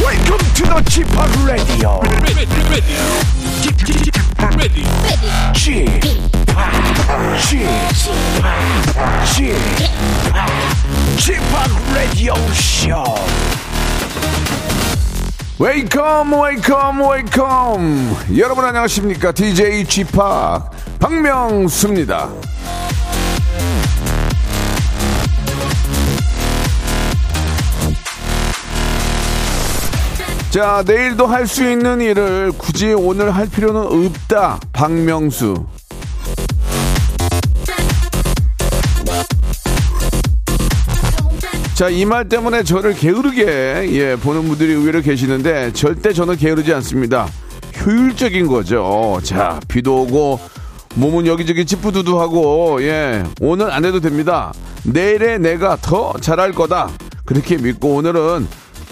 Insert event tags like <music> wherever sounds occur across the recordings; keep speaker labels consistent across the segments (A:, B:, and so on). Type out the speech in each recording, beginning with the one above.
A: Welcome to the Chip Radio.
B: ready, ready, ready,
A: Chip, Chip, Chip, Chip Radio Show. Welcome, welcome, welcome. 여러분 안녕하십니까? DJ Chip 박명수입니다. 자, 내일도 할 수 있는 일을 굳이 오늘 할 필요는 없다. 박명수. 자, 이 말 때문에 저를 게으르게, 예, 보는 분들이 의외로 계시는데, 절대 저는 게으르지 않습니다. 효율적인 거죠. 자, 비도 오고, 몸은 여기저기 찌뿌두두하고, 예, 오늘 안 해도 됩니다. 내일에 내가 더 잘할 거다. 그렇게 믿고, 오늘은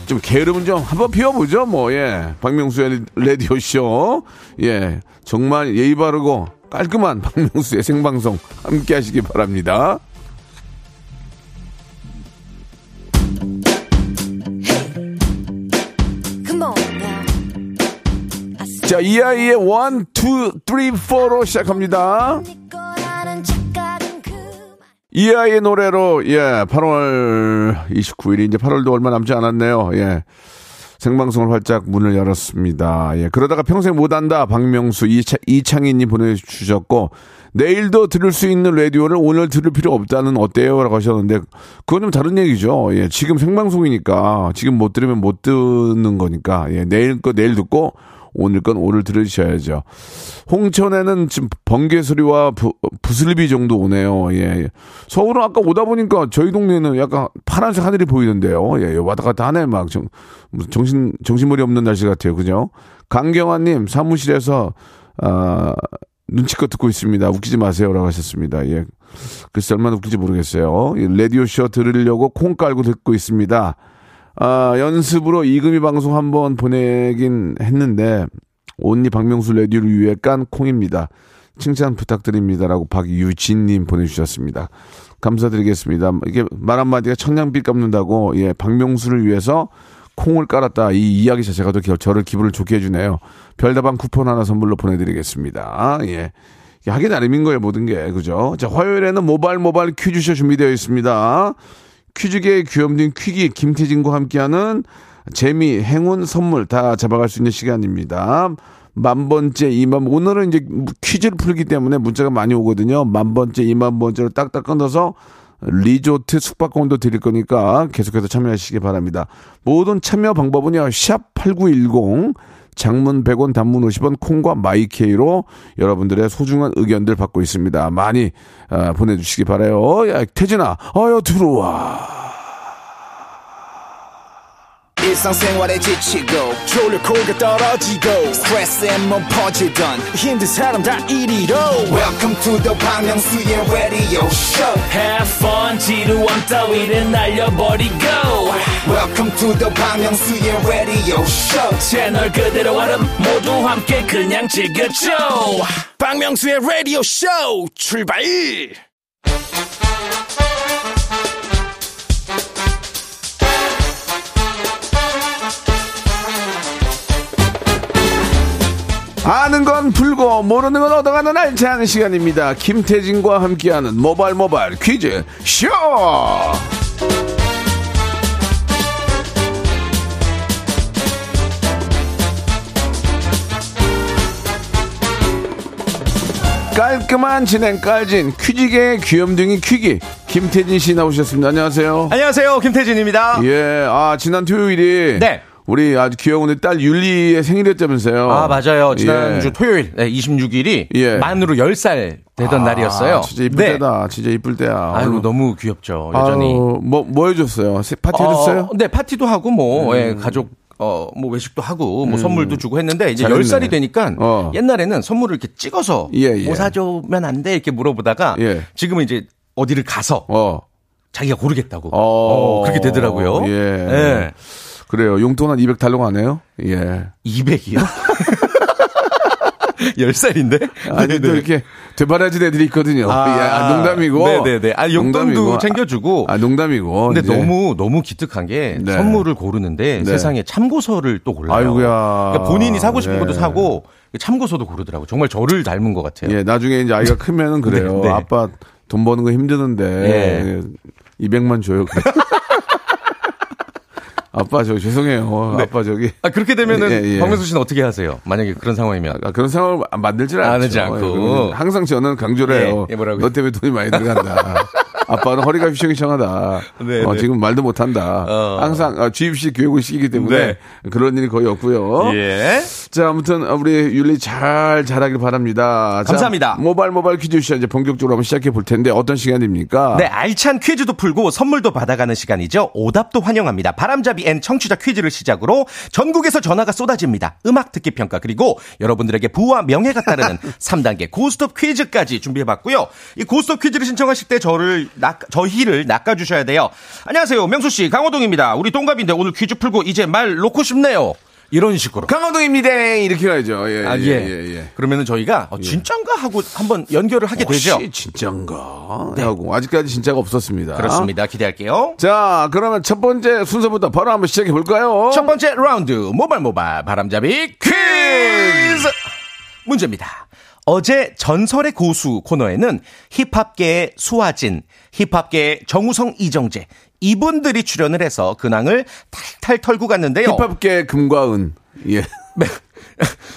A: 좀 게으름은 좀 한번 비워보죠, 뭐, 예. 박명수의 레디오쇼. 예, 정말 예의 바르고 깔끔한 박명수의 생방송 함께 하시기 바랍니다.
C: Come on now.
A: 자, 이 아이의 1, 2, 3, 4로 시작합니다.
C: 네 거라는 착각은 그만.
A: 이 아이의 노래로, 예, 8월 29일이 이제 8월도 얼마 남지 않았네요. 예. 생방송을 활짝 문을 열었습니다. 예. 그러다가 평생 못한다. 박명수, 이차, 이창희님 보내주셨고, 내일도 들을 수 있는 라디오를 오늘 들을 필요 없다는 어때요? 라고 하셨는데, 그건 좀 다른 얘기죠. 예. 지금 생방송이니까, 지금 못 들으면 못 듣는 거니까, 예. 내일 거 내일 듣고, 오늘 건 오늘 들으셔야죠. 홍천에는 지금 번개 소리와 부, 부슬비 정도 오네요. 예. 서울은 아까 오다 보니까 저희 동네는 약간 파란색 하늘이 보이는데요. 예, 왔다 갔다 하네. 막 정, 무슨 정신, 정신머리 없는 날씨 같아요. 그죠? 강경화님, 사무실에서, 아, 눈치껏 듣고 있습니다. 웃기지 마세요. 라고 하셨습니다. 예. 글쎄, 얼마나 웃길지 모르겠어요. 예, 라디오쇼 들으려고 콩 깔고 듣고 있습니다. 아, 연습으로 이금희 방송 한번 보내긴 했는데, 온리 박명수 레디오를 위해 깐 콩입니다. 칭찬 부탁드립니다라고 박유진님 보내주셨습니다. 감사드리겠습니다. 이게 말 한마디가 천냥빚 갚는다고, 예, 박명수를 위해서 콩을 깔았다. 이 이야기 자체가 또 겨- 저를 기분을 좋게 해주네요. 별다방 쿠폰 하나 선물로 보내드리겠습니다. 아, 예. 이게 하기 나름인 거예요, 모든 게. 그죠? 자, 화요일에는 모발 모발 퀴즈쇼 준비되어 있습니다. 퀴즈계의 귀염둥이 퀴기 김태진과 함께하는 재미, 행운, 선물 다 잡아갈 수 있는 시간입니다. 만 번째, 이만 오늘은 이제 퀴즈를 풀기 때문에 문자가 많이 오거든요. 만 번째, 이만 번째로 딱딱 끊어서 리조트 숙박권도 드릴 거니까 계속해서 참여하시기 바랍니다. 모든 참여 방법은요. 샵8910 장문 100원, 단문 50원, 콩과 마이케이로 여러분들의 소중한 의견들 받고 있습니다. 많이 아, 보내주시기 바라요. 야, 태진아, 어여 들어와.
D: 일상생활에 지치고, 졸려 코가 떨어지고, 스트레스에 몸 퍼지던, 힘든 사람 다 이리로. welcome to the Bang Myung-soo's radio show
E: Have fun 지루함 따위를 날려버리고
D: welcome to the Bang Myung-soo's radio show
E: 채널 그대로 얼음 모두 함께 그냥 즐겨줘
B: 박명수의 라디오 쇼 출발!
A: 아는 건 풀고 모르는 건 얻어가는 알찬 시간입니다. 김태진과 함께하는 모발 모발 퀴즈 쇼. 깔끔한 진행 깔진 퀴즈계의 귀염둥이 퀴기 김태진 씨 나오셨습니다. 안녕하세요.
F: 안녕하세요 김태진입니다.
A: 예, 아 지난 토요일이
F: 네.
A: 우리 아주 귀여운 우리 딸 율리의 생일이었다면서요.
F: 아 맞아요 지난주
A: 예.
F: 토요일 네, 26일이
A: 예.
F: 만으로 10살 되던
A: 아,
F: 날이었어요.
A: 진짜 이쁠
F: 네.
A: 때다. 진짜 이쁠 때야.
F: 아유
A: 오늘-
F: 너무 귀엽죠 여전히.
A: 아유, 뭐, 뭐 해줬어요? 세- 파티
F: 어,
A: 해줬어요? 음.
F: 네 파티도 하고 뭐 예, 가족 어, 뭐 외식도 하고 뭐 선물도 주고 했는데 이제
A: 잘했네.
F: 10살이 되니까
A: 어.
F: 옛날에는 선물을 이렇게 찍어서
A: 예, 예.
F: 뭐 사줘면 안 돼 이렇게 물어보다가
A: 예.
F: 지금은 이제 어디를 가서
A: 어.
F: 자기가 고르겠다고
A: 어.
F: 어, 그렇게 되더라고요.
A: 예.
F: 예.
A: <laughs> 그래요. 용돈 한 200달러가 안 해요? 예.
F: 200이요? 10살인데?
A: 아니, 또 이렇게 되바라진 애들이 있거든요.
F: 네, 아.
A: <laughs> 예, 아, 농담이고.
F: 네네네. 아니, 용돈도
A: 농담이고.
F: 챙겨주고.
A: 아, 농담이고.
F: 근데
A: 이제.
F: 너무 너무 기특한 게
A: 네.
F: 선물을 고르는데
A: 네.
F: 세상에 참고서를 또 골라요.
A: 아이고야.
F: 그러니까 본인이 사고 싶은
A: 네.
F: 것도 사고 참고서도 고르더라고. 정말 저를 닮은 것 같아요.
A: 예, 나중에 이제 아이가 크면은 그래요.
F: <laughs> 네, 네.
A: 아빠 돈 버는 거 힘드는데
F: 예.
A: 200만 줘요.
F: <laughs>
A: 그래. 아빠 저 죄송해요. 아빠 저기
F: 아 그렇게 되면은
A: 예, 예.
F: 박명수 씨는 어떻게 하세요? 만약에 그런 상황이면
A: 아, 그런 상황을 마- 만들질 않죠.
F: 만들지 않고.
A: 예, 그리고 항상 저는 강조를
F: 예,
A: 해요.
F: 예, 뭐라고요?
A: 너 때문에 돈이 많이 들어간다.
F: <laughs>
A: 아빠는 허리가 휘청휘청하다.
F: 네,
A: 어,
F: 네.
A: 지금 말도 못한다.
F: 어. 네.
A: 항상 아, 주입식 교육을 시키기 때문에 그런 일이 거의 없고요.
F: 예.
A: 자, 아무튼 어, 우리 윤리 잘 자라길 바랍니다. 자,
F: 감사합니다.
A: 모발 모발 퀴즈 시간 이제 본격적으로 한번 시작해 볼 텐데 어떤 시간입니까?
F: 네, 알찬 퀴즈도 풀고 선물도 받아가는 시간이죠. 오답도 환영합니다. 바람잡이 앤 청취자 퀴즈를 시작으로 전국에서 전화가 쏟아집니다. 음악 듣기 평가 그리고 여러분들에게 부와 명예가
A: <laughs>
F: 따르는 3단계 고스톱 퀴즈까지 준비해봤고요. 이 고스톱 퀴즈를 신청하실 때 저를 낚, 저희를 낚아주셔야 돼요. 안녕하세요, 명수 씨, 강호동입니다. 우리 동갑인데 오늘 퀴즈 풀고 이제 말 놓고 싶네요. 이런 식으로.
A: 강호동입니다. 이렇게 가야죠. 예,
F: 아,
A: 예,
F: 예.
A: 예, 예.
F: 그러면은 저희가 어, 진짠가 하고 한번 연결을 하게 되죠. 네.
A: 혹시 진짜인가? 하고 아직까지 진짜가 없었습니다.
F: 그렇습니다. 기대할게요.
A: 자, 그러면 첫 번째 순서부터 바로 한번 시작해 볼까요?
F: 첫 번째 라운드 모발 모발 바람잡이 퀴즈 문제입니다. 어제 전설의 고수 코너에는 힙합계의 수아진, 힙합계의 정우성 이정재 이분들이 출연을 해서 근황을 탈탈 털고 갔는데요.
A: 힙합계 금과은. 예.
F: 멤-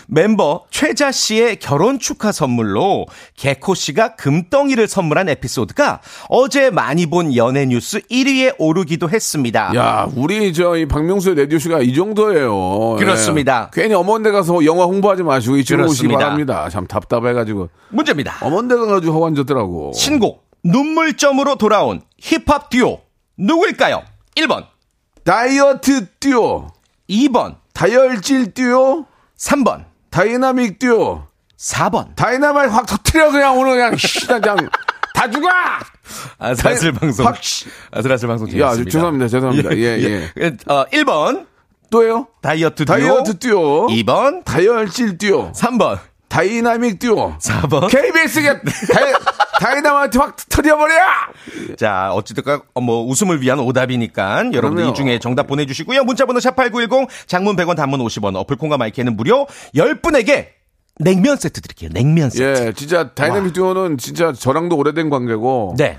F: 멤버 최자 씨의 결혼 축하 선물로 개코 씨가 금덩이를 선물한 에피소드가 어제 많이 본 연예 뉴스 1위에 오르기도 했습니다.
A: 야, 우리 저 이 박명수의 레디오 씨가 이 정도예요.
F: 그렇습니다.
A: 예. 괜히 어머니 가서 영화 홍보하지 마시고 이쪽으로 오시기
F: 그렇습니다.
A: 바랍니다. 참 답답해가지고
F: 문제입니다.
A: 어머니 가가지고 허관 졌더라고.
F: 신곡 눈물점으로 돌아온 힙합 듀오 누구일까요? 1번,
A: 다이어트 듀오,
F: 2번,
A: 다혈질 듀오,
F: 3번,
A: 다이나믹 듀오,
F: 4번.
A: 다이나마이트 확 터트려 그냥 오늘 그냥 씨 그냥 다 죽어.
F: 아슬아슬 방송.
A: 확 씨.
F: 아슬아슬 방송
A: 야,
F: 재밌습니다.
A: 죄송합니다, 죄송합니다. 예,
F: <laughs>
A: 예.
F: 어, 1번
A: 또요?
F: 다이어트 듀오,
A: 다이어트 듀오,
F: 2번,
A: 다혈질 듀오,
F: 3번,
A: 다이나믹 듀오,
F: 4번.
A: KBS가 다이, 다이나마이트 확 터트려버려!
F: 자, 어찌됐건 어, 뭐 웃음을 위한 오답이니까 여러분들
A: 그럼요.
F: 이 중에 정답 보내주시고요. 문자번호 샵8910 장문 100원 단문 50원 어플콘과 마이크는 무료 10분에게 냉면 세트 드릴게요. 냉면 세트.
A: 예, 진짜 다이나믹 듀오는 진짜 저랑도 오래된 관계고.
F: 네.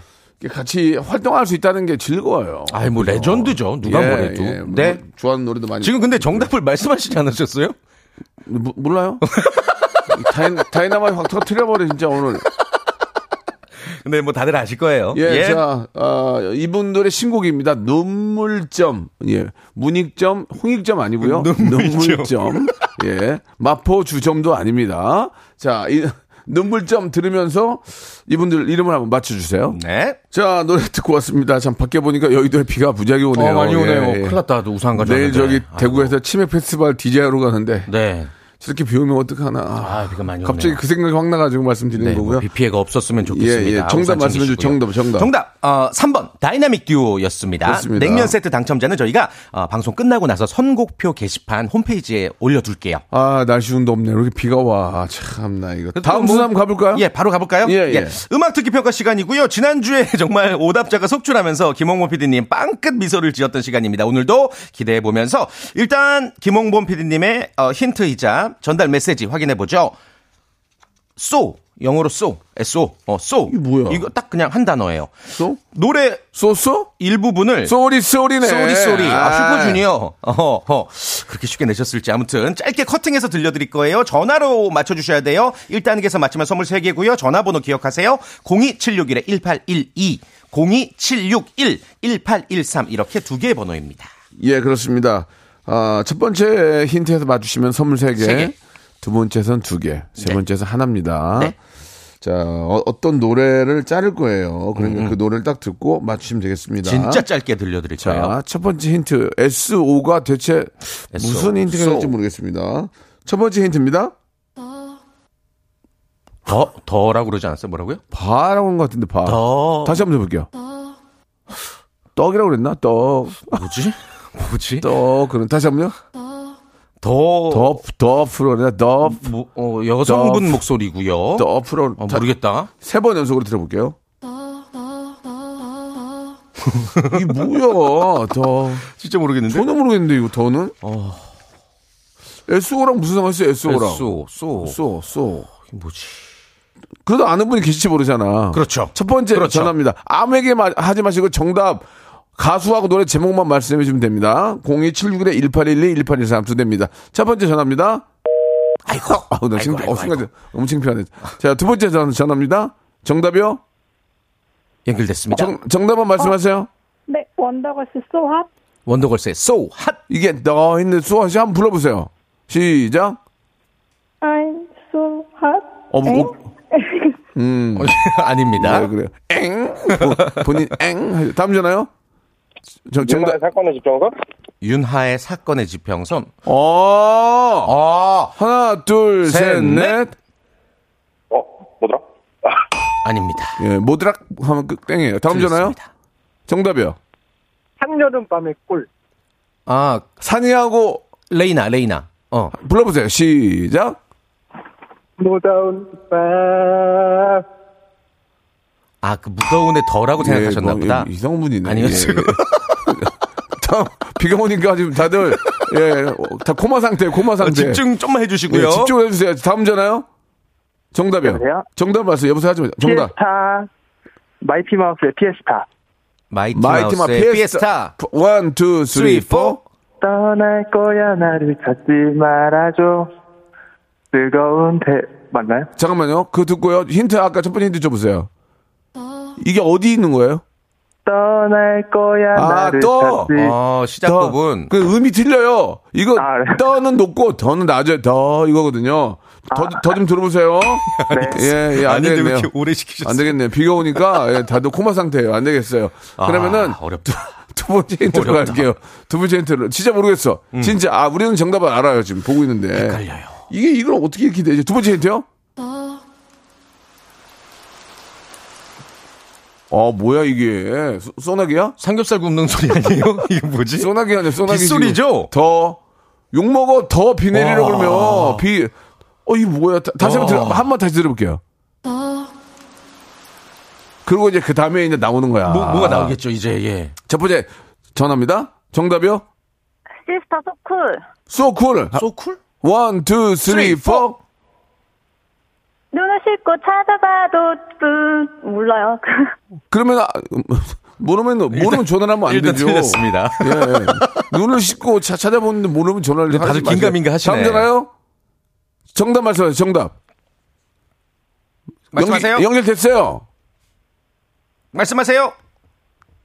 A: 같이 활동할 수 있다는 게 즐거워요.
F: 아이 뭐 레전드죠. 누가
A: 예,
F: 뭐래도.
A: 예. 뭐
F: 네.
A: 좋아하는 노래도 많이.
F: 지금 근데 정답을 말씀하시지 않으셨어요?
A: 모- 몰라요? <laughs> 다이, 다이나마이트 확 터트려버려, 진짜 오늘.
F: <laughs> 근데 뭐 다들 아실 거예요.
A: 예, 자, 아, 이분들의 신곡입니다. 눈물점. 예. 문익점, 홍익점
F: <laughs>
A: 아니고요
F: 눈물점.
A: 눈물점. 예. 마포주점도 아닙니다. 자, 이, 눈물점 들으면서 이분들 이름을 한번 맞춰주세요.
F: 네.
A: 자, 노래 듣고 왔습니다. 참, 밖에 보니까 여의도에 비가
F: 어,
A: 무지하게 오네요. 예, 예.
F: 뭐 났다. 또 우산
A: 내일 저기 대구에서 치맥 페스티벌 DJ하러 가는데
F: 네.
A: 저렇게 비 오면 어떡하나.
F: 아, 비가 많이 오네요.
A: 갑자기 그 생각이 확 나가지고 말씀드리는
F: 네, 뭐
A: 거고요.
F: 비 피해가 없었으면 좋겠습니다.
A: 예, 예. 정답
F: 우산
A: 말씀해 주세요.
F: 챙기시고요.
A: 정답, 정답.
F: 어, 3번 다이나믹 듀오였습니다.
A: 그렇습니다.
F: 냉면 세트 당첨자는 저희가 어, 방송 끝나고 나서 선곡표 게시판 홈페이지에 올려둘게요.
A: 아, 날씨 운도 없네. 이렇게 비가 와. 참나, 이거. 다음
F: 뭐-
A: 순서 한번 가볼까요?
F: 예, 바로 가볼까요?
A: 예, 예.
F: 음악 듣기 평가 시간이고요. 지난주에 <laughs> 정말 오답자가 속출하면서 김홍범 PD님 빵끝 미소를 지었던 시간입니다. 오늘도 기대해 보면서 일단 김홍범 PD님의 어, 힌트이자 전달 메시지 확인해 보죠. 쏘 영어로 쏘 SO 어 쏘.
A: 이게 뭐야?
F: 이거 딱 그냥 한 단어예요.
A: 쏘?
F: 노래
A: 쏘쏘?
F: 일부분을
A: 쏘리, 쏘리네.
F: 예. 쏘리 쏘리 아,
A: 아.
F: 슈퍼주니어 어허 허. 그렇게 쉽게 내셨을지 아무튼 짧게 커팅해서 들려드릴 거예요 전화로 맞춰주셔야 돼요 1단계에서 맞추면 선물 3개고요 전화번호 기억하세요 02761-1812 02761-1813 이렇게 두 개의 번호입니다
A: 예, 그렇습니다. 아, 첫 번째 힌트에서 맞추시면 선물 세개
F: 세 개.
A: 두 번째선 두개세
F: 네.
A: 번째선 하나입니다.
F: 네.
A: 자, 어, 떤 노래를 자를 거예요. 그러니까 그 노래를 딱 듣고 맞추시면 되겠습니다.
F: 음. 진짜 짧게 들려드릴 거예요
A: 자, 첫 번째 힌트. SO가 대체
F: SO.
A: 무슨 힌트가 될지 모르겠습니다. 첫 번째 힌트입니다.
F: 더 더라고 그러지 않았어요 뭐라고요?
A: 바라고 하는 것 같은데, 바.
F: 더
A: 다시 한번 해볼게요. 떡이라고 그랬나? 떡. <laughs>
F: 뭐지? 뭐지?
A: 떡. 그럼 다시 한번요?
F: 더 더,
A: 더, 더 프로다, 더,
F: 뭐, 어, 여성분
A: 더-
F: 목소리고요.
A: 더 프로.
F: 어, 모르겠다.
A: 세번 연속으로 들어볼게요.
C: 어,
A: 이 뭐야, 더.
F: 진짜 모르겠는데.
A: 전혀 모르겠는데, 이거 더는?
F: 어.
A: SO랑 무슨 상관있어요, SO랑?
F: 쏘, 쏘.
A: 쏘, 쏘.
F: 이게 뭐지?
A: 그래도 아는 분이 계실지 모르잖아.
F: 그렇죠.
A: 첫 번째
F: 그렇죠.
A: 전화입니다. 아무에게 마- 하지 마시고 정답 가수하고 노래 제목만 말씀해 주면 됩니다. 02761-1812-1813 두대입니다. 첫 번째 전화입니다. 아이고. 아우, 나 지금 어, 순간 너무 창피하네. 자, 두 번째 전, 전화입니다. 정답이요?
F: 연결됐습니다.
A: 정, 정답만 말씀하세요.
G: 네, 원더걸스 소합.
F: 원더걸스의 So Hot.
A: 이게 너 있는 수아 씨 한번 불러보세요. 시작.
G: I'm so hot.
A: 어, 뭐, 어,
F: <laughs> 아닙니다.
A: 네, 그래요. 엥. 보- 본인 엥. 다음 전화요? 정,
H: 네,
A: 정답.
I: 사건의 집정서?
F: 윤하의 사건의 지평선.
A: 어.
F: 아,
A: 하나, 둘,
F: 셋,
A: 셋,
F: 넷.
A: 넷.
I: 어? 뭐더라?
F: 아닙니다.
A: 예, 모드락 하면 끝 땡이에요. 다음 전화요?
F: 틀렸습니다.
A: 정답이요.
I: 한여름 밤의 꿀.
F: 아,
A: 산이하고
F: 레이나, 레이나. 어.
A: 불러보세요. 시작.
I: 무더운 밤.
F: 아, 그 무더운의 더라고 생각하셨나
A: 예, 뭐,
F: 보다.
A: 이- 이상한 분이네.
F: 아니었어요.
A: 예, <laughs> 예. 다음, 비가 오니까 지금 다들, 예, 어, 다 코마 상태예요, 코마
F: 어,
A: 상태.
F: 집중 좀만 해주시고요.
A: 네. 예, 집중을 해주세요. 다음 전화요? 정답이요.
I: 여보세요?
A: 정답 말씀요 여보세요 하지 마세요. 정답.
I: 피에스타. 마이티 마우스의 피에스타.
F: 마이티
A: 마이티 마
F: 마우스의 피에스타.
A: 피에스타. 원, 투, 쓰리, 포.
I: 떠날 거야 나를 찾지 말아줘. 뜨거운 대 맞나요?
A: 잠깐만요. 그거 듣고요. 힌트, 아까 첫 번째 힌트 줘보세요. 이게 어디 있는 거예요?
I: 떠날 거야
A: 아,
I: 나를
A: 또?
I: 찾지.
F: 어, 시작
A: 더.
F: 부분.
A: 그 음이 틀려요. 이거
I: 아, 네.
A: 떠는 높고 더는 낮아요. 더 이거거든요.
I: 아.
A: 더 좀 들어보세요.
I: 네.
A: 예, 예, 안
F: 아닌데 왜
A: 되겠네요.
F: 이렇게 오래 시키셨어요?
A: 안 되겠네요. 비가 오니까 예, 다들 코마 상태예요. 안 되겠어요. 그러면은
F: 아, 어렵다.
A: 두 번째 힌트로
F: 어렵다. 음.
A: 갈게요. 두 번째 힌트로. 진짜 모르겠어. 진짜 아 우리는 정답을 알아요. 지금 보고 있는데.
F: 헷갈려요.
A: 이게 이걸 어떻게 이렇게 되지? 두 번째 힌트요? 어 뭐야 이게 소- 소나기야?
F: 삼겹살 굽는 소리
A: <laughs>
F: 아니에요? 이게 뭐지?
A: 소나기 아니야, 소나기.
F: 빗소리죠?
A: 지금 더, 욕먹어, 더 비 내리려
F: 와.
A: 그러면, 비, 어, 이 뭐야. 다- 다시 한 번 들어,
F: 와.
A: 한 번 다시 들어볼게요. 그리고 이제 그 다음에 이제 나오는 거야.
F: 뭐, 뭐가 나오겠죠, 이제, 예.
A: 첫 번째, 전화입니다. 정답이요?
G: 시스터 소쿨.
A: So cool.
F: 아, 소쿨?
A: One, two, three, four.
G: 눈을 씻고 찾아봐도 뚜 몰라요. <laughs>
A: 그러면, 아, 음, 모르면, 모르면 전화를 하면 안
F: 일단
A: 되죠.
F: <laughs> 틀렸습니다.
A: 예, 예. 눈을 씻고 차- 찾아보는데 모르면 전화를 하지
F: 다들
A: 마세요.
F: 긴가민가 하시네.
A: 다음 전화요? 정답 말씀하세요, 정답.
F: 말씀하세요.
A: 연결, 연결됐어요.
F: 말씀하세요.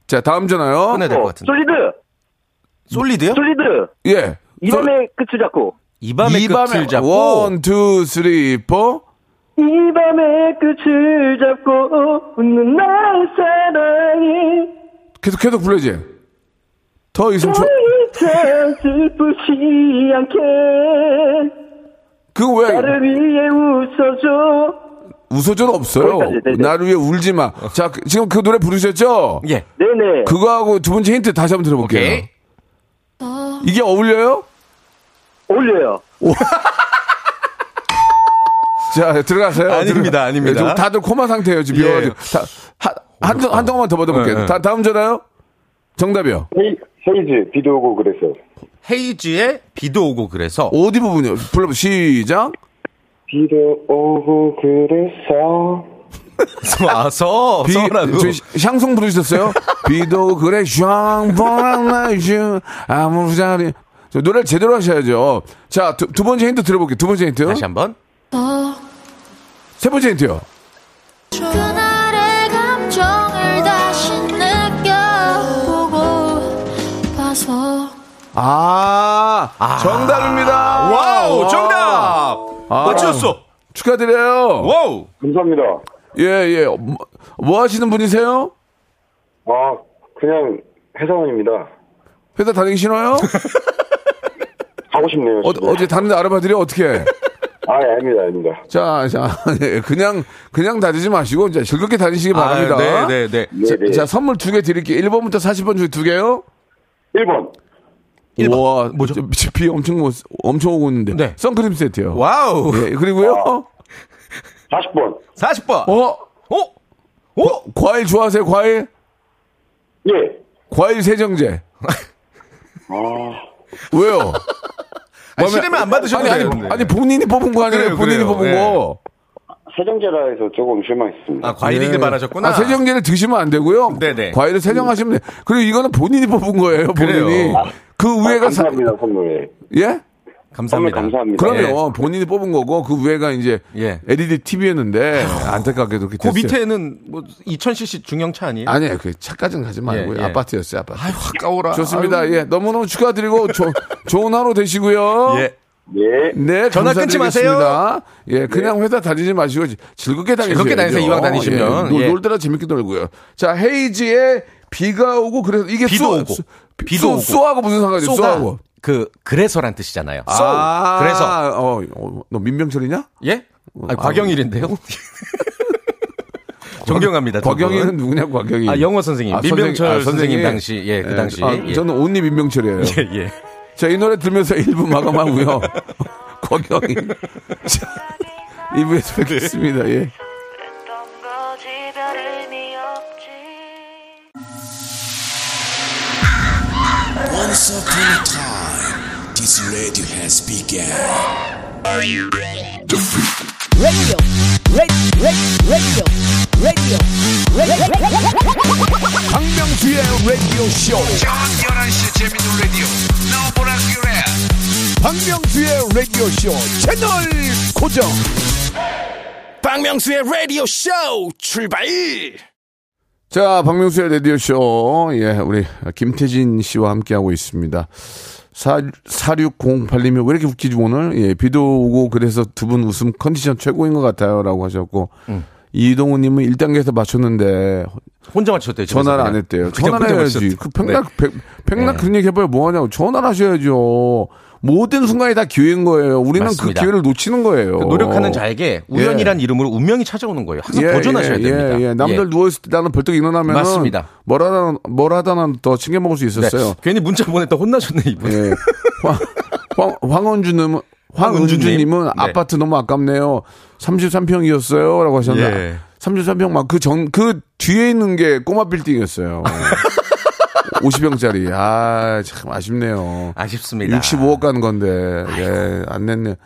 A: 자, 다음 전화요.
I: 네.
F: 꺼내야 될 것 같은데.
I: 어, 솔리드!
F: 솔리드요?
I: 솔리드!
A: 예. 그
I: 이밤의 그 끝을 잡고.
F: 이 밤의 끝을 잡고
A: 원, 투, 쓰리, 포.
I: 이 밤의 끝을 잡고 웃는 나의 사랑이
A: 계속 계속 불러지. 더 이상 초...
I: 이제 슬프지 않게
A: 그거 왜
I: 나를 위해 웃어줘
A: 웃어줘는 없어요.
I: 거기까지, 네, 네.
A: 나를 위해 울지 마. 자, 그- 지금 그 노래 부르셨죠?
F: 예.
I: 네네
A: 그거하고 두 번째 힌트 다시 한번 들어볼게요.
F: 오케이.
A: 이게 어울려요?
I: 올려요
A: 자, 들어가세요.
F: 아닙니다,
A: 들어가-
F: 아닙니다.
A: 예, 좀 다들 코마 상태예요, 지금.
F: 예.
A: 비워가지고. 다, 한, 한, 동- 한 동안만 더 받아볼게요.
F: 예, 예.
A: 다, 다음 전화요? 정답이요.
I: 헤이즈 비도 오고 그랬어요
F: 헤이즈의 비도 오고 그래서
A: 어디 부분이요? 불러보 시작.
I: 비도 오고 그래서
F: 와서
A: <laughs> 비,
F: 서라고
A: 저희 샹송 부르셨어요? 비도 그래 샹보랑나슈 아무 자리 저 노래를 제대로 하셔야죠. 자, 두, 두 번째 힌트 들어볼게요. 두 번째 힌트.
F: 다시 한번
C: 어,
A: 세 번째 힌트요.
C: 그날의 감정을 다시 느껴보고 봐서
A: 아, 정답입니다.
F: 와우
A: 와.
F: 정답
A: 아.
F: 맞췄어
A: 축하드려요.
F: 와우
I: 감사합니다
A: 뭐? 예, 예. 뭐, 뭐 하시는 분이세요?
I: 아 그냥 회사원입니다
A: 회사 다니기 싫어요?
I: <laughs> 하고 싶네요
A: 어, 어제 다른 데 알아봐 드려 어떻게?
I: 아 아닙니다 아닙니다
A: 자, <laughs> 자, 예, 그냥 그냥 다니지 마시고 이제 즐겁게 다니시기 바랍니다.
F: 아, 네네네
A: 자, 자, 선물 두 개 드릴게요. 1번부터 40번 중에 두 개요?
I: 1번
F: 일번.
A: 우와,
F: 뭐죠?
A: 저, 저, 비 엄청 오- 엄청 오고 있는데.
F: 네.
A: 선크림 세트요.
F: 와우.
A: 예, 그리고요. 어?
I: 40번.
F: 40번. 어? 어?
A: 과일 좋아하세요? 과일?
I: 예.
A: 과일 세정제.
I: 아,
F: <laughs>
A: 왜요?
F: 아니,
A: 마음에-
F: 시대면 안 받으셔도
A: 아니,
F: 돼요.
A: 아니, 아니, 본인이 뽑은 거 아니에요?
F: 그래요,
A: 본인이
F: 그래요.
A: 뽑은
F: 예.
A: 거.
I: 세정제라 해서 조금 실망했습니다.
F: 아, 과일이길
A: 예.
F: 바라셨구나.
A: 아, 세정제를 드시면 안 되고요.
F: 네네.
A: 과일을 세정하시면 돼. 그리고 이거는 본인이 뽑은 거예요, 본인이.
F: 그래요.
A: 그
I: 아,
A: 위에가 사-
I: 감사합니다, 선물.
A: 예?
I: 선물
F: 아, 네, 감사합니다.
I: 감사합니다.
A: 그럼요. 본인이 뽑은 거고 그 위에가 이제
F: 예.
A: LED TV였는데 안타깝게도 그렇게 됐어요.
F: 그 밑에는 뭐 2000cc 중형차 아니에요?
A: 아니에요. 그 차까지는 가지 말고요.
F: 예, 예.
A: 아파트였어요. 아파트.
F: 아유, 아까워라.
A: 좋습니다.
F: 아유.
A: 예, 너무너무 축하드리고
F: <laughs>
A: 조- 좋은 하루 되시고요.
F: 예.
I: 예.
A: 네,
F: 전화 끊지
A: 감사드리겠습니다. 예, 그냥 회사 다니지 마시고 지- 즐겁게 다니세요. 어,
F: 즐겁게 다니세요, 이왕 다니시면.
A: 놀,
F: 예.
A: 때라 재밌게 놀고요. 자, 헤이지에 비가 오고 그래서 이게
F: 비도
A: 쏘-
F: 오고.
A: 쏘-
F: 비도
A: 쏘-
F: 오고.
A: 쏘하고 무슨 상관이죠? 예. 쏘하고.
F: 그 그래서란 뜻이잖아요.
A: 아,
F: 그래서
A: 어, 어, 너 민병철이냐?
F: 예? 아,
A: 아, <laughs>
F: 곽영일인데요. 존경합니다. 두 분.
A: 곽영희는 누구냐, 곽영희.
F: 네, 아, 영어 선생님.
A: 아,
F: 민병철
A: 선생님. 아,
F: 선생님
A: 선생님.
F: 당시. 예, 그 당시.
A: 아,
F: 예.
A: 저는 온리 민병철이에요.
F: <laughs> 예, 예.
A: 자, 이 노래 들면서 <laughs> 1부
F: <laughs>
A: 마감하고요. 곽영희. 자, 2부에서 뵙겠습니다. 예.
B: Once upon a time, this radio has begun.
A: 박명수의 라디오 쇼. 저녁 11시 재밌는 라디오. 너보라 그래. 박명수의 라디오 쇼 채널 고정.
B: 박명수의 radio show 출발!
A: 자, 박명수의 라디오 쇼. 예, 우리 김태진 씨와 함께하고 있습니다. 4608님이 왜 이렇게 웃기지 오늘? 예, 비도 오고 그래서 두 분 웃음 컨디션 최고인 것 같아요. 라고 하셨고. 이동우 님은 1단계에서 맞췄는데
F: 혼자 맞췄대요. 집에서
A: 전화를
F: 그냥.
A: 안 했대요.
F: 그냥
A: 전화를
F: 혼자
A: 해야지.
F: 맞췄대요.
A: 그 백날,
F: 네.
A: 백, 백날 그런 얘기 해봐야 뭐하냐고. 전화를 하셔야죠. 모든 순간이 다 기회인 거예요. 우리는
F: 맞습니다.
A: 그 기회를 놓치는 거예요.
F: 그 노력하는 자에게 우연이란 이름으로 운명이 찾아오는 거예요. 항상 도전하셔야
A: 어. 예,
F: 됩니다.
A: 예, 예. 남들
F: 예.
A: 누워있을 때 나는 벌떡 일어나면.
F: 맞습니다.
A: 뭘 하다나, 뭘 하다나 더 챙겨 먹을 수
F: 네.
A: 있었어요.
F: 괜히 문자 보냈다 혼나셨네, 이분.
A: 예. 황, 황, 황은주님은, 황은주님은
F: 네.
A: 아파트 너무 아깝네요. 33평이었어요. 라고 하셨는데.
F: 예.
A: 33평 막 그 전, 그 뒤에 있는 게 꼬마 빌딩이었어요. 예. <laughs> 50평짜리. 아, 참 아쉽네요.
F: 아쉽습니다.
A: 65억 가는 건데, 예, 안 냈네.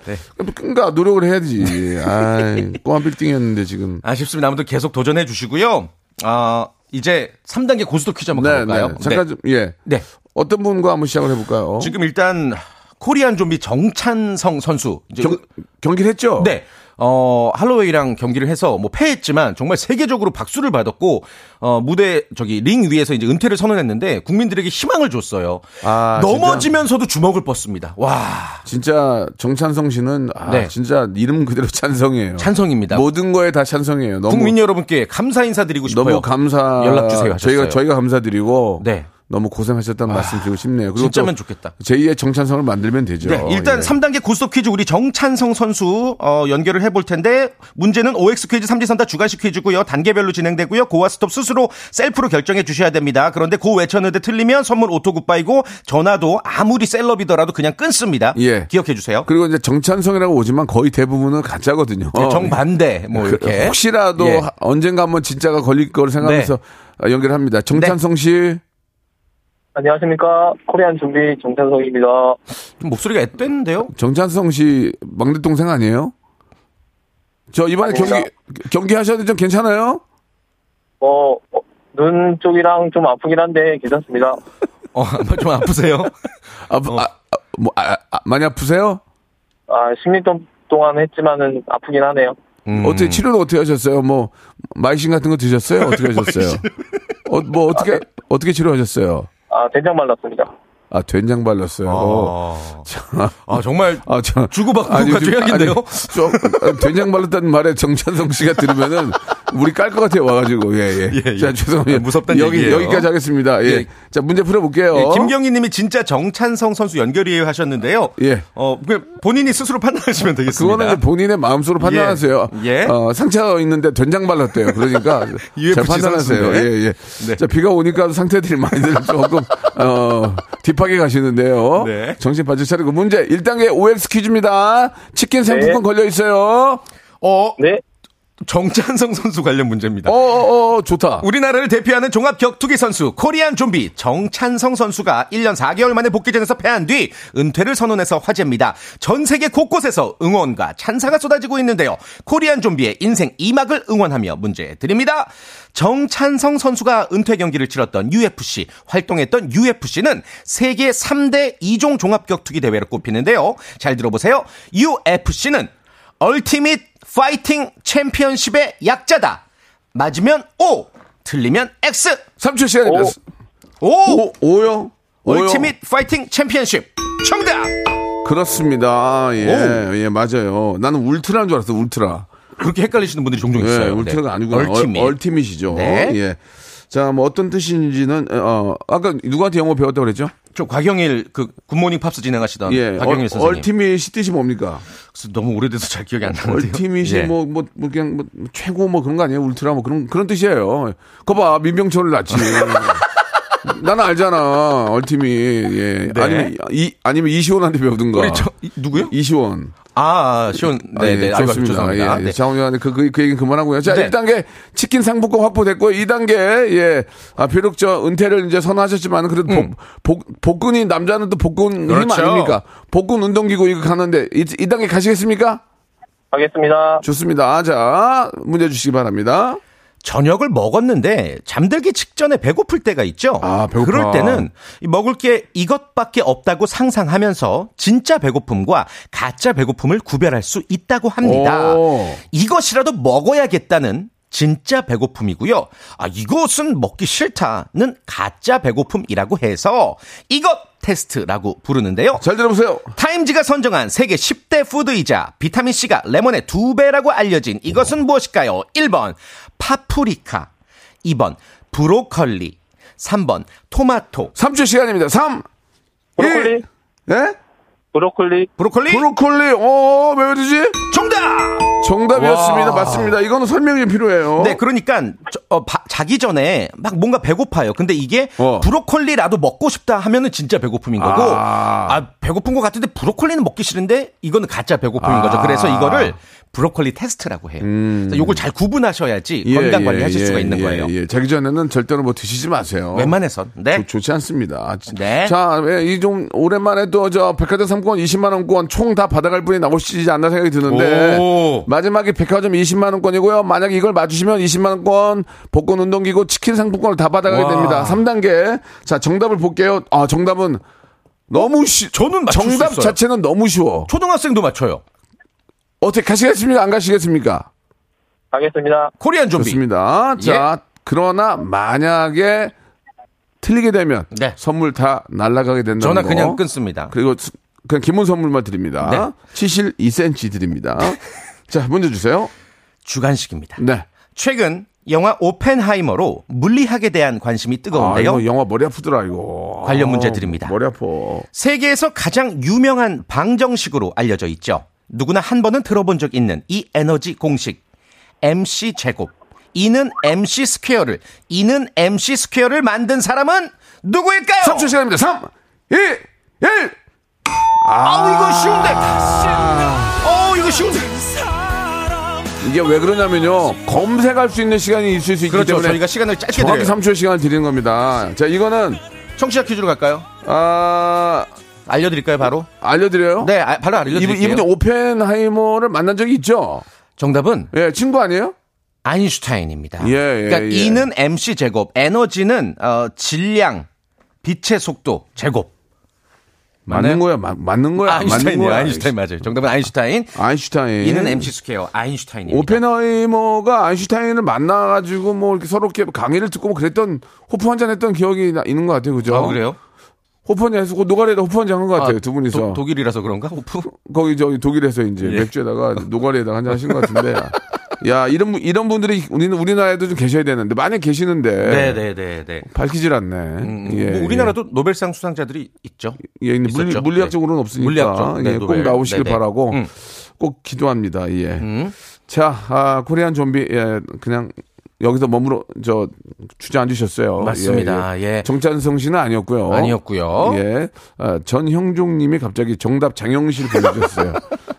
A: 그러니까 노력을 해야지.
F: <laughs>
A: 아, 꼬마 빌딩이었는데 지금.
F: 아쉽습니다. 아무튼 계속 도전해 주시고요. 아, 이제 3단계 고수도 퀴즈 한번
A: 네,
F: 가볼까요?
A: 네. 잠깐 좀, 예.
F: 네.
A: 어떤 분과 한번 시작을 해볼까요?
F: 지금 일단 코리안 좀비 정찬성 선수. 이제
A: 경, 경기를 했죠?
F: 네. 어, 할로웨이랑 경기를 해서 뭐 패했지만 정말 세계적으로 박수를 받았고 어, 무대 저기 링 위에서 이제 은퇴를 선언했는데 국민들에게 희망을 줬어요.
A: 아,
F: 넘어지면서도 주먹을 뻗습니다. 와.
A: 진짜 정찬성 씨는 아,
F: 네.
A: 진짜 이름 그대로 찬성이에요.
F: 찬성입니다.
A: 모든 거에 다 찬성이에요. 너무
F: 국민 여러분께 감사 인사드리고 싶어요.
A: 뭐 너무 감사
F: 연락 주세요. 하셨어요.
A: 저희가 저희가 감사드리고
F: 네. 아,
A: 너무 고생하셨다는 말씀 드리고 싶네요. 그리고
F: 진짜면
A: 또
F: 좋겠다.
A: 제2의 정찬성을 만들면 되죠.
F: 네, 일단
A: 예.
F: 3단계 고스톱 퀴즈 우리 정찬성 선수 어, 연결을 해볼 텐데 문제는 OX 퀴즈, 삼지선다, 주간식 퀴즈고요. 단계별로 진행되고요. 고와 스톱 스스로 셀프로 결정해 주셔야 됩니다. 그런데 고 외쳤는데 틀리면 선물 오토 굿바이고 전화도 아무리 셀럽이더라도 그냥 끊습니다.
A: 예.
F: 기억해 주세요.
A: 그리고 이제 정찬성이라고 오지만 거의 대부분은 가짜거든요.
F: 네, 정반대 뭐
A: 어. 그,
F: 이렇게
A: 혹시라도
F: 예. 네.
A: 하- 언젠가 한번 진짜가 걸릴 걸 생각해서 아, 연결합니다. 정찬성 씨.
H: 안녕하십니까. 코리안 준비 정찬성입니다. 어,
F: 좀 목소리가 앳된데요?
A: 정찬성 씨 막내 동생 아니에요? 저 이번에 경기 경기 하셨는데 좀 괜찮아요?
H: 어, 어, 눈 쪽이랑 좀 아프긴 한데 괜찮습니다.
F: 어, 아마 좀 아프세요?
A: 아,
F: 어.
A: 아, 아, 뭐, 아, 아, 많이 아프세요?
H: 아, 10년 동안 했지만은 아프긴 하네요.
F: 음.
A: 어떻게 치료는 어떻게 하셨어요? 뭐 마이신 같은 거 드셨어요? 어떻게
F: <laughs>
A: 하셨어요? 어, 뭐 어떻게 어떻게 치료하셨어요?
H: 아, 된장 말랐습니다.
A: 아 된장 <laughs> 발랐어요.
F: 어. 아 정말
A: 아, 저
F: 주고받고가
A: 아니, 요즘-
F: 최악인데요?
A: 아니, 좀, 아, 된장 발랐다는 말에 정찬성 씨가 들으면은 우리 깔 것 같아요 와가지고 예예.
F: 예, 예.
A: 자 죄송합니다.
F: 아, 무섭다는
A: 여기
F: 얘기예요.
A: 여기까지 하겠습니다. 예.
F: 예.
A: 자 문제 풀어볼게요.
F: 예, 김경희님이 진짜 정찬성 선수 연결이에요 하셨는데요.
A: 예.
F: 어, 그냥 본인이 스스로 판단하시면 되겠습니다.
A: 그거는 이제 본인의 마음속으로 판단하세요.
F: 예.
A: 어, 상처 있는데 된장 발랐대요. <laughs> 그러니까
F: UFC
A: 잘 판단하세요.
F: 선수인데.
A: 예, 예.
F: 네.
A: <laughs> 자, 비가 오니까 상태들이 많이들 조금 어, 급하게 가시는데요.
F: 네.
A: 정신 바짝 차리고 문제 1단계 OX 퀴즈입니다. 치킨 상품권 걸려 있어요.
F: 어,
H: 네.
F: 정찬성 선수 관련 문제입니다.
A: 어어어 좋다.
F: 우리나라를 대표하는 종합 격투기 선수 코리안 좀비 정찬성 선수가 1년 4개월 만에 복귀전에서 패한 뒤 은퇴를 선언해서 화제입니다. 전 세계 곳곳에서 응원과 찬사가 쏟아지고 있는데요. 코리안 좀비의 인생 2막을 응원하며 문제 드립니다. 정찬성 선수가 은퇴 경기를 치렀던 UFC, 활동했던 UFC는 세계 3대 2종 종합 격투기 대회로 꼽히는데요. 잘 들어보세요. UFC는 얼티밋 파이팅 챔피언십의 약자다. 맞으면 O, 틀리면 X.
A: 3초 시간이 몇?
F: 오,
A: 오, 오요? 오요?
F: 얼티밋 파이팅 챔피언십. 정답.
A: 그렇습니다. 예, 예, 맞아요. 나는 울트라인 줄 알았어, 울트라.
F: 그렇게 헷갈리시는 분들이 종종
A: 예,
F: 있어요.
A: 울트라가
F: 네.
A: 아니구나.
F: 얼티밋.
A: 얼, 티밋이죠
F: 네.
A: 예. 자, 뭐 어떤 뜻인지는, 어, 아까 누구한테 영어 배웠다고 그랬죠?
F: 저 곽영일 그 굿모닝 팝스 진행하시던
A: 예.
F: 곽영일
A: 얼-
F: 아, 선생님.
A: 얼티밋이 뜻이
F: <laughs>
A: 뭡니까?
F: 그래서 너무 오래돼서 잘 기억이 안 나는데요.
A: 얼티밋이
F: 예.
A: 뭐, 뭐, 뭐 그냥 뭐 최고 뭐 그런 거 아니에요? 울트라 뭐 그런, 그런 뜻이에요. 거봐, 민병철을 낳지. <laughs> 나는 알잖아, 얼티밋. 예.
F: 네.
A: 아니면, 이, 아니면 이시원한테 배우든가.
F: 우리 저, 이- 누구요?
A: 이시원.
F: 아, 시온. 네, 네. 아이고, 죄송합니다.
A: 예,
F: 네.
A: 장훈이한테 그, 그, 그 얘기는 그만하고요. 자,
F: 네.
A: 1단계 치킨 상품권 확보됐고, 2단계, 예. 아, 비록 저 은퇴를 이제 선언하셨지만, 그래도 복, 복, 복근이, 남자는 또 복근 힘
F: 음. 그렇죠.
A: 아닙니까? 복근 운동기구 이거 가는데, 이, 2단계 가시겠습니까?
H: 가겠습니다.
A: 좋습니다. 자, 문제 주시기 바랍니다.
F: 저녁을 먹었는데 잠들기 직전에 배고플 때가 있죠.
A: 아, 배고파.
F: 그럴 때는 이 먹을 게 이것밖에 없다고 상상하면서 진짜 배고픔과 가짜 배고픔을 구별할 수 있다고 합니다.
A: 오.
F: 이것이라도 먹어야겠다는 진짜 배고픔이고요. 아, 이것은 먹기 싫다는 가짜 배고픔이라고 해서 이것 테스트라고 부르는데요.
A: 잘 들어보세요.
F: 타임지가 선정한 세계 10대 후드이자 비타민C가 레몬의 두배라고 알려진 이것은 무엇일까요? 1번 파프리카 2번 브로콜리 3번 토마토
A: 3초 시간입니다. 3,
H: 브로콜리,
A: 예?
H: 브로콜리.
F: 브로콜리
A: 브로콜리, 어, 왜 그러지?
F: 정답!
A: 정답이었습니다. 맞습니다. 이거는 설명이 필요해요.
F: 네, 그러니까 저- 어, 바- 자기 전에 막 뭔가 배고파요. 근데 이게
A: 어.
F: 브로콜리라도 먹고 싶다 하면은 진짜 배고픔인 거고,
A: 아.
F: 아, 배고픈 것 같은데 브로콜리는 먹기 싫은데 이거는 가짜 배고픔인
A: 아. 음.
F: 거죠. 그래서 이거를 브로콜리 테스트라고 해요. 그래서 요걸 잘 구분하셔야지
A: 예,
F: 건강
A: 예,
F: 관리하실
A: 예,
F: 수가 있는
A: 예,
F: 거예요.
A: 예. 자기 전에는 절대로 뭐 드시지 마세요.
F: 웬만해선 네.
A: 좋- 좋지 않습니다. 지-
F: 네.
A: 자, 예, 이 좀 오랜만에 또 저 백화점 상권 20만 원권 총 다 받아갈 분이 나오시지 않나 생각이 드는데
F: 오.
A: 마지막에 백화점 20만 원권이고요. 만약에 이걸 맞추시면 20만 원권 복권 운동기구 치킨 상품권을 다 받아가게
F: 와.
A: 됩니다. 3단계. 자, 정답을 볼게요. 아, 정답은 너무 쉬.
F: 저는 맞출 수
A: 정답
F: 있어요.
A: 자체는 너무 쉬워.
F: 초등학생도 맞춰요.
A: 어떻게 가시겠습니까? 안 가시겠습니까?
H: 가겠습니다.
F: 코리안 좀비.
A: 좋습니다.
F: 예.
A: 자, 그러나 만약에 틀리게 되면
F: 네.
A: 선물 다 날아가게 된다는
F: 전화
A: 거.
F: 네. 그냥 끊습니다.
A: 그리고 수- 그냥 기본 선물만 드립니다.
F: 네.
A: 72cm
F: <laughs>
A: 드립니다. 자, 먼저 주세요.
F: 주간식입니다.
A: 네.
F: 최근 영화 오펜하이머로 물리학에 대한 관심이
A: 아,
F: 뜨거운데요.
A: 이거 영화 머리 아프더라, 이거.
F: 관련
A: 아,
F: 문제 드립니다.
A: 머리 아파.
F: 세계에서 가장 유명한 방정식으로 알려져 있죠. 누구나 한 번은 들어본 적 있는 이 에너지 공식. MC 제곱. 이는 MC 스퀘어를. 이는 MC 스퀘어를 만든 사람은 누구일까요?
A: 3초 시간입니다. 3, 2, 1!
F: 아우, 이거 쉬운데. 어, 이거 쉬운데.
A: 이게 왜 그러냐면요. 검색할 수 있는 시간이 있을 수 있기
F: 그렇죠.
A: 때문에
F: 저희가 시간을 짧게
A: 정확히
F: 드려요.
A: 3초의 시간을 드리는 겁니다. 자, 이거는,
F: 청취자 퀴즈로 갈까요?
A: 아,
F: 알려드릴까요, 바로?
A: 알려드려요?
F: 네, 아, 바로 알려드릴게요.
A: 이분, 이 오펜하이머를 만난 적이 있죠?
F: 정답은
A: 예, 친구 아니에요?
F: 아인슈타인입니다.
A: 예, 예,
F: 그러니까
A: 예.
F: 이는 MC 제곱, 에너지는 어, 질량, 빛의 속도 제곱.
A: 맞는 거야, 맞, 맞는 거야, 맞는
F: 아인슈타인이요.
A: 거야. 예.
F: 아인슈타인 맞아요. 정답은 아인슈타인.
A: 아인슈타인.
F: 이는 MC 스퀘어 아인슈타인입니다.
A: 오펜하이머가 아인슈타인을 만나가지고 뭐 이렇게 서로 이렇게 강의를 듣고 뭐 그랬던 호프 한잔 했던 기억이 나- 있는 것 같아요, 그죠?
F: 아, 그래요?
A: 호프 한잔 했고 노가리에다 호프 한잔 한 것 같아요,
F: 아,
A: 두 분이서.
F: 도- 독일이라서 예. 그런가? 오프.
A: 거기 저기 독일에서 이제 맥주에다가 노가리에다가 한잔 하신 것 같은데. 야, 이런, 분- 이런 분들이 우리는 우리나라에도 좀 계셔야 되는데, 만약 계시는데.
F: 네, 네, 네, 네.
A: 밝히질 않네. 예,
F: 뭐 우리나라도 노벨상 수상자들이 있죠.
A: 예, 근데 물리,
F: 있었죠.
A: 물리학적으로는
F: 네.
A: 없으니까
F: 물리학적.
A: 예,
F: 네,
A: 꼭
F: 노벨.
A: 나오시길
F: 네네.
A: 바라고
F: 음.
A: 꼭 기도합니다. 예. 자, 아, 코리안 좀비 예, 그냥 여기서 머무러 저 주저앉으셨어요. 예.
F: 맞습니다. 예.
A: 정찬성 씨는 아니었고요.
F: 아니었고요.
A: 예. 아, 전형종님이 갑자기 정답 장영실
F: <laughs>
A: 보내주셨어요.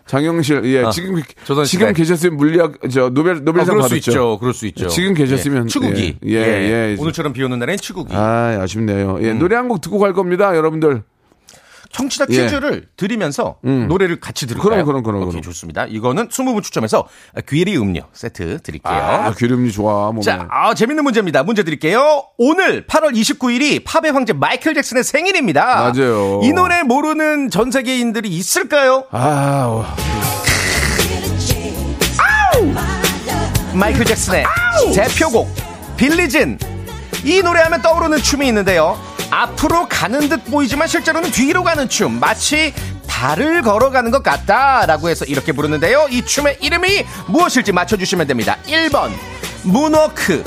A: 장영실 예 지금
F: 아, 조선 시대.
A: 지금 계셨으면 물리학 저 노벨
F: 아,
A: 노벨상
F: 그럴 수
A: 받았죠.
F: 있죠. 그럴 수 있죠.
A: 지금 계셨으면,
F: 예. 추구기.
A: 예, 예, 예.
F: 오늘처럼 비 오는 날엔 추구기.
A: 아 아쉽네요.
F: 음.
A: 예 노래 한 곡 듣고 갈 겁니다, 여러분들.
F: 청취자
A: 예. 음.
F: 퀴즈를 드리면서 노래를 같이 들을까요?
A: 그럼, 그럼, 그럼,
F: 오케이,
A: 그럼.
F: 좋습니다. 이거는 20분 추첨해서 귀리 음료 세트 드릴게요.
A: 아 기름이 좋아 몸에.
F: 네. 자, 아, 재밌는 문제입니다. 문제 드릴게요. 오늘 8월 29일이 팝의 황제 마이클 잭슨의 생일입니다.
A: 맞아요.
F: 이 노래 모르는 전 세계인들이 있을까요?
A: 아 어.
F: 마이클 잭슨의 대표곡 빌리진 이 노래하면 떠오르는 춤이 있는데요 앞으로 가는 듯 보이지만 실제로는 뒤로 가는 춤 마치 달을 걸어가는 것 같다라고 해서 이렇게 부르는데요 이 춤의 이름이 무엇일지 맞춰주시면 됩니다 1번 문워크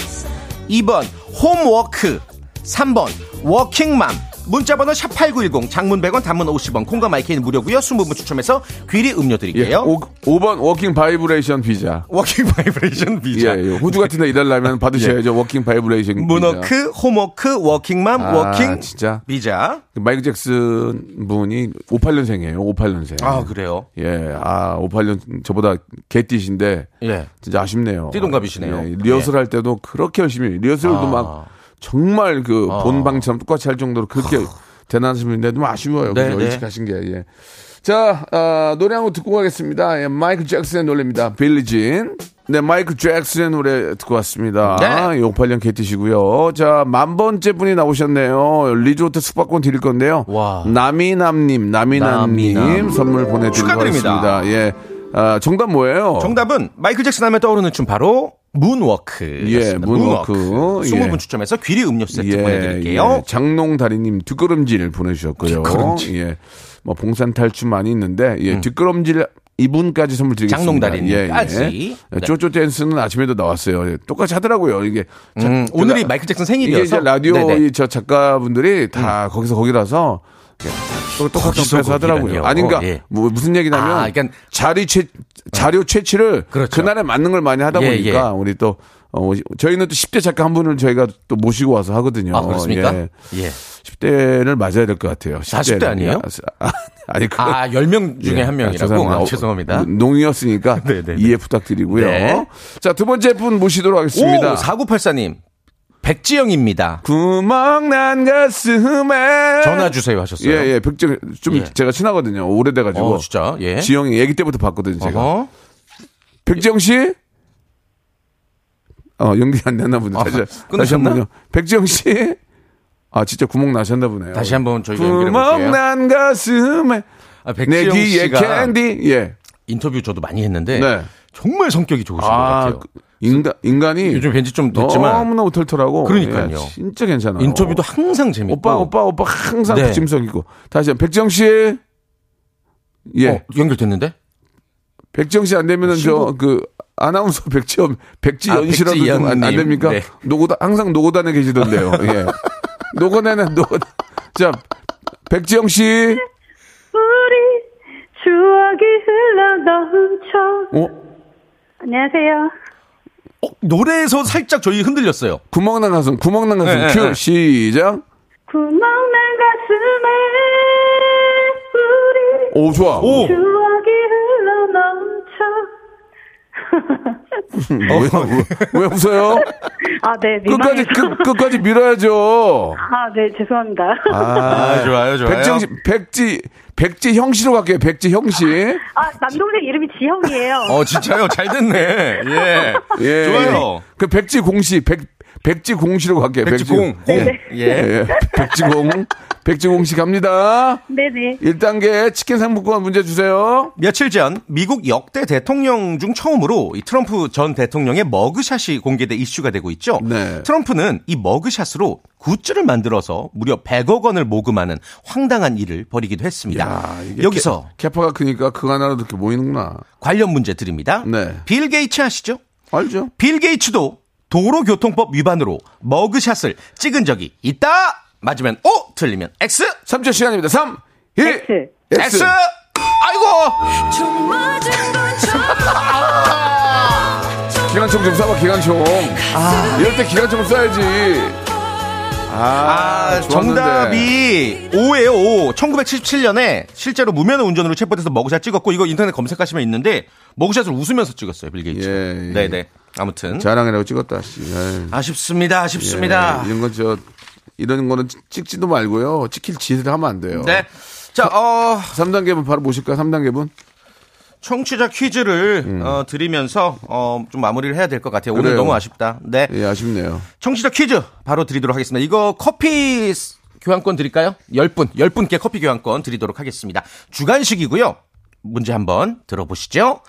F: 2번 홈워크 3번 워킹맘 문자번호 샵8910 장문 100원 단문 50원 콩과 마이크는 무료고요 20분 추첨해서 귀리 음료
A: 예.
F: 드릴게요
A: 5, 번 워킹 바이브레이션 비자.
F: 워킹 바이브레이션 비자 예.
A: 예, 예. 호주 같은 데 일하려면
F: <laughs>
A: 받으셔야죠. 워킹 바이브레이션 비자.
F: 문워크, 홈워크, 워킹맘,
A: 아,
F: 워킹
A: 진짜.
F: 비자.
A: 마이클 잭슨 분이 58년생이에요. 58년생.
F: 아 그래요.
A: 예, 아, 58년, 저보다 개띠신데,
F: 예.
A: 진짜 아쉽네요.
F: 띠동갑이시네요.
A: 예, 리허설 할 때도 그렇게 열심히, 리허설도
F: 아.
A: 막, 정말 그, 본방처럼 똑같이 할 정도로 그렇게 대단하신 분인데, 너무 아쉬워요.
F: 아. 네,
A: 그죠?
F: 네.
A: 일찍 하신 게, 예. 자, 아, 노래 한 곡 듣고 가겠습니다. 예, 마이클 잭슨의 노래입니다. 빌리진. 네, 마이클 잭슨의 노래 듣고 왔습니다.
F: 네.
A: 아, 58년 개띠시고요. 자, 만 번째 분이 나오셨네요. 리조트 숙박권 드릴 건데요.
F: 와.
A: 나미남님, 나미남님
F: 나미남.
A: 선물 보내드리도록
F: 축하드립니다.
A: 하겠습니다. 예. 아, 정답 뭐예요?
F: 정답은 마이클 잭슨 하면 떠오르는 춤 바로 문워크.
A: 예, 문워크. 예.
F: 20분 추첨해서 귀리 음료 세트
A: 예.
F: 보내드릴게요.
A: 장롱다리님 뒷걸음질 보내주셨고요.
F: 뒷걸음질.
A: 예. 뭐 봉산탈춤 많이 있는데 예, 뒷걸음질 이분까지 선물 드리겠습니다.
F: 장롱다리님까지. 네.
A: 예, 예. 쪼쪼 댄스는 아침에도 나왔어요. 예, 똑같이 하더라고요. 이게 자-
F: 음,
A: 그
F: 오늘이
A: 라-
F: 마이클 잭슨
A: 이게
F: 생일이어서.
A: 이제 라디오
F: 네네. 음.
A: 이저 작가분들이 다 거기서 거기라서 예, 또 똑같은
F: 거기서
A: 패스 하더라고요.
F: 거기라니요.
A: 아니 그러니까
F: 예.
A: 뭐 무슨 얘기냐면
F: 아, 그러니까-
A: 자료 채 자료 채취를
F: 그렇죠.
A: 그날에 맞는 걸 많이 하다
F: 예,
A: 보니까
F: 예.
A: 우리 또 어, 저희는 또 10대 작가 한 분을 저희가 또 모시고 와서 하거든요.
F: 아 그렇습니까?
A: 예.
F: 예.
A: 10대를 맞아요 될 것 같아요. 10대
F: 40대
A: 를.
F: 아니에요?
A: 아, 아니 그 어,
F: 아, 10명 중에 한 명이라고. 아, 죄송합니다.
A: 음, 농이었으니까
F: <laughs> 네, 네, 네.
A: 이해 부탁드리고요.
F: 네.
A: 자, 두 번째 분 모시도록 하겠습니다.
F: 오, 4984님. 백지영입니다.
A: 구멍난 가슴에
F: 전화 주세요 하셨어요.
A: 예, 예, 백정 좀
F: 예.
A: 제가 친하거든요. 오래돼가지고.
F: 어, 진짜. 예.
A: 지영이 얘기 때부터 봤거든요. 제가.
F: 어허.
A: 백지영 씨? 어, 연기 안 됐나 보네. 다시,
F: 아, 끊으셨나?
A: 다시 한 번요. 백지영 씨? 아, 진짜 구멍 나셨나 보네요.
F: 다시 한번 저희가 연결해 볼게요.
A: 구멍난 가슴에
F: 아,
A: 내
F: 백지영
A: 귀에
F: 씨가
A: 캔디. 예.
F: 인터뷰 저도 많이 했는데
A: 네.
F: 정말 성격이 좋으신 것
A: 아,
F: 같아요.
A: 그 인간, 인간이
F: 요즘 왠지 좀 늦지만
A: 너무나 오털털하고.
F: 그러니까요.
A: 예, 진짜 괜찮아요.
F: 인터뷰도 항상 재밌고
A: 오빠, 오빠, 오빠 항상
F: 네.
A: 부침성 있고. 다시 한 번. 백지영 씨? 예.
F: 어, 연결됐는데?
A: 백지영 씨 안 되면은 저 그 아나운서 <laughs> 백지연 백지연
F: 아,
A: 씨라도 좀 안, 안
F: 백지연님.
A: 됩니까?
F: 네.
A: 노고다 항상 노고단에
F: <laughs>
A: 계시던데요. 예. 노고단에는 노고 자 백지영 씨.
G: 우리 추억이 흘러 넘쳐.
A: 어?
G: 안녕하세요.
F: 어, 노래에서 살짝 저희 흔들렸어요.
A: 구멍난 가슴 구멍난 가슴
F: 네,
A: 큐
F: 네, 네.
A: 시작.
G: 구멍난 가슴에 우리
A: 오 좋아.
F: 오!
G: 추억이 흘러 넘쳐. <laughs>
F: 어.
A: 왜, 왜 웃어요?
G: 아,
A: 끝까지
G: 네, 민망해서.
A: 끝, 끝까지 밀어야죠.
G: 아, 네, 죄송합니다.
A: 아,
F: 좋아요,
A: 백지영 씨 백지 백지 형 씨로 갈게요. 백지 예, 형 씨.
G: 아, 남동생 이름이 지형이에요.
F: 어, 진짜요? 잘 됐네. 예.
A: 예.
F: 좋아요.
A: 그 백지 공씨 백 백지 공씨로 갈게요.
F: 백지공. 공.
A: 예.
F: 예.
A: 예, 백지공. 백지공 씨 갑니다.
G: 네네.
A: 1단계 치킨 상품권 문제 주세요.
F: 며칠 전 미국 역대 대통령 중 처음으로 이 트럼프 전 대통령의 머그샷이 공개돼 이슈가 되고 있죠.
A: 네.
F: 트럼프는 이 머그샷으로 굿즈를 만들어서 무려 100억 원을 모금하는 황당한 일을 벌이기도 했습니다.
A: 이게
F: 여기서
A: 캐- 캐파가 크니까 그 하나로 이렇게 모이는구나.
F: 관련 문제 드립니다.
A: 네.
F: 빌 게이츠 아시죠?
A: 알죠?
F: 빌 게이츠도 도로교통법 위반으로 머그샷을 찍은 적이 있다. 맞으면 O, 틀리면 X.
A: 3초 시간입니다. 3, 2,
G: X.
F: X. 아이고.
C: 좀 맞은 것처럼
A: 시간 기관총 좀 쏴봐, 기관총.
F: 아.
A: 이럴 때 기관총 쏴야지. 아,
F: 아,
A: 좋았는데.
F: 정답이 5예요, 5. 1977년에 실제로 무면허 운전으로 체포돼서 머그샷 찍었고 이거 인터넷 검색하시면 있는데 머그샷을 웃으면서 찍었어요, 빌 게이츠.
A: 예, 예.
F: 네, 네. 아무튼
A: 자랑이라고 찍었다, 씨. 에이.
F: 아쉽습니다. 아쉽습니다.
A: 예, 이런 건 저, 이런 거는 찍지도 말고요. 찍힐 짓을 하면 안 돼요.
F: 네. 자, 어,
A: 3단계분 바로 모실까요? 3단계분?
F: 청취자 퀴즈를 어, 드리면서 어, 좀 마무리를 해야 될 것 같아요.
A: 음.
F: 오늘
A: 그래요.
F: 너무 아쉽다. 네.
A: 예, 아쉽네요.
F: 청취자 퀴즈 바로 드리도록 하겠습니다. 이거 커피 스- 교환권 드릴까요? 10분, 10분께 커피 교환권 드리도록 하겠습니다. 주간식이고요. 문제 한번 들어보시죠.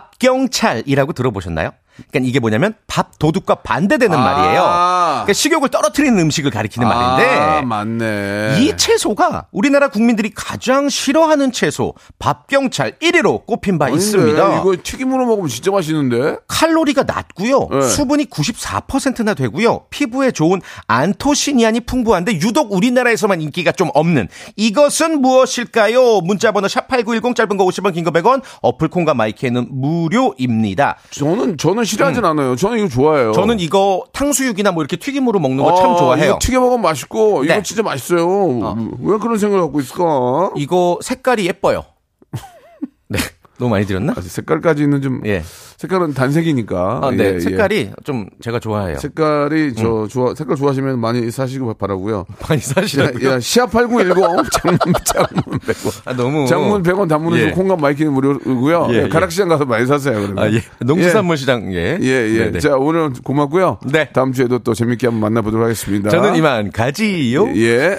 F: 밥경찰이라고 들어보셨나요? 그러니까 이게 뭐냐면 밥 도둑과 반대되는
A: 아.
F: 말이에요. 그러니까 식욕을 떨어뜨리는 음식을 가리키는
A: 아,
F: 말인데
A: 맞네.
F: 이 채소가 우리나라 국민들이 가장 싫어하는 채소 밥경찰 1위로 꼽힌 바
A: 아닌데,
F: 있습니다.
A: 이거 튀김으로 먹으면 진짜 맛있는데?
F: 칼로리가 낮고요.
A: 네.
F: 수분이 94%나 되고요. 피부에 좋은 안토시니안이 풍부한데 유독 우리나라에서만 인기가 좀 없는 이것은 무엇일까요? 문자 번호 샵8910 짧은 거 50원 긴 거 100원 어플 콩과 마이크는 무료입니다.
A: 저는, 저는 싫어하진 않아요. 저는 이거 좋아해요.
F: 음. 저는 이거 탕수육이나 뭐 이렇게 튀김으로 먹는 거 참
A: 아,
F: 좋아해요.
A: 어. 이거 튀겨 먹으면 맛있고, 이거
F: 네.
A: 진짜 맛있어요. 왜 그런 생각을 갖고 있을까?
F: 이거 색깔이 예뻐요. 네. 너무 많이 들었나?
A: 아, 색깔까지는 좀,
F: 예.
A: 색깔은 단색이니까.
F: 아,
A: 예,
F: 네.
A: 예.
F: 색깔이 음. 좀 제가 좋아해요.
A: 색깔이 저 좋아 색깔 좋아하시면 많이 사시고 바라고요.
F: 많이
A: 야,
F: 사시라고요.
A: 야 시합
F: <laughs>
A: 8910 장문 장문 100원.
F: 아, 너무
A: 장문 100원 단문은
F: 예.
A: 콩과 마이키는 무료고요.
F: 예,
A: 예,
F: 예.
A: 가락시장 가서 많이 사세요. 그러면.
F: 아, 예. 농수산물 시장 예.
A: 예, 예.
F: 네네.
A: 자, 오늘 고맙고요.
F: 네.
A: 다음 주에도 또 재밌게 한번 만나보도록 하겠습니다.
F: 저는 이만 가지요.
A: 어? 예.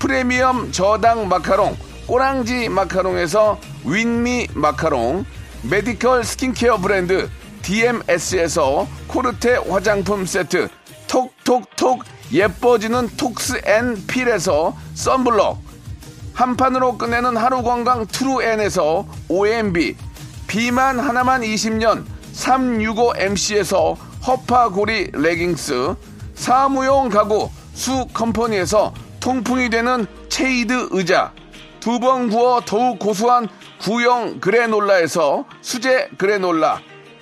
A: 프리미엄 저당 마카롱, 꼬랑지 마카롱에서 윈미 마카롱, 메디컬 스킨케어 브랜드 DMS에서 코르테 화장품 세트, 톡톡톡 예뻐지는 톡스 앤 필에서 썬블럭, 한 판으로 끝내는 하루 건강 트루엔에서 OMB 비만 하나만 20년 365MC에서 허파고리 레깅스 사무용 가구 수 컴퍼니에서 통풍이 되는 체이드 의자 두 번 구워 더욱 고소한 구형 그래놀라에서 수제 그래놀라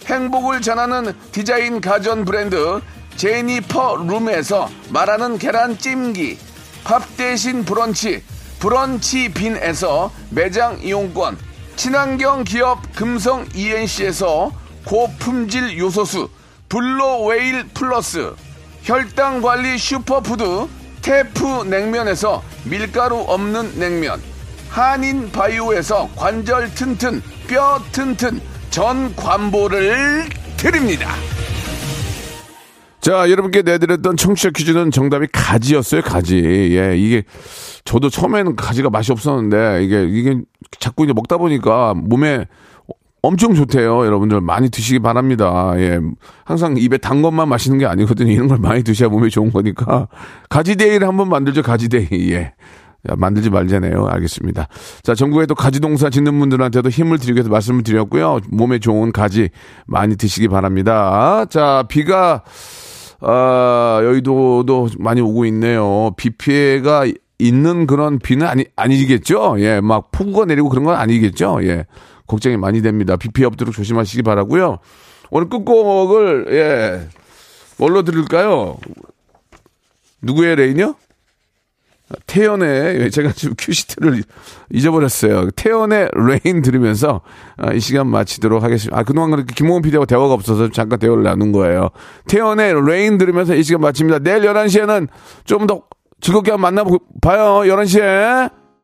A: 행복을 전하는 디자인 가전 브랜드 제니퍼 룸에서 말하는 계란 찜기 밥 대신 브런치 브런치 빈에서 매장 이용권 친환경 기업 금성 ENC에서 고품질 요소수 블로웨일 플러스 혈당 관리 슈퍼푸드 테프 냉면에서 밀가루 없는 냉면 한인 바이오에서 관절 튼튼 뼈 튼튼 전 관보를 드립니다. 자, 여러분께 내드렸던 청취자 퀴즈는 정답이 가지였어요, 가지. 예, 이게, 저도 처음에는 가지가 맛이 없었는데, 이게, 이게 자꾸 이제 먹다 보니까 몸에 엄청 좋대요. 여러분들 많이 드시기 바랍니다. 예. 항상 입에 단 것만 마시는 게 아니거든요. 이런 걸 많이 드셔야 몸에 좋은 거니까. 가지데이를 한번 만들죠, 가지데이. 예. 야, 만들지 말자네요. 알겠습니다. 자, 전국에도 가지 동사 짓는 분들한테도 힘을 드리기 위해서 말씀을 드렸고요. 몸에 좋은 가지 많이 드시기 바랍니다. 자, 비가 아, 여의도도 많이 오고 있네요. 비 피해가 있는 그런 비는 아니, 아니겠죠? 예, 막 폭우가 내리고 그런 건 아니겠죠? 예. 걱정이 많이 됩니다. 비 피해 없도록 조심하시기 바라고요 오늘 끝곡을, 예, 뭘로 들을까요? 누구의 레인이요? 태연의 예, 제가 지금 <laughs> 큐시트를 잊어버렸어요. 태연의 레인 들으면서 아, 이 시간 마치도록 하겠습니다. 아 그동안 그렇게 김홍원 PD하고 대화가 없어서 잠깐 대화를 나눈 거예요. 태연의 레인 들으면서 이 시간 마칩니다. 내일 11시에는 좀 더 즐겁게 한번 만나봐요. 11시에.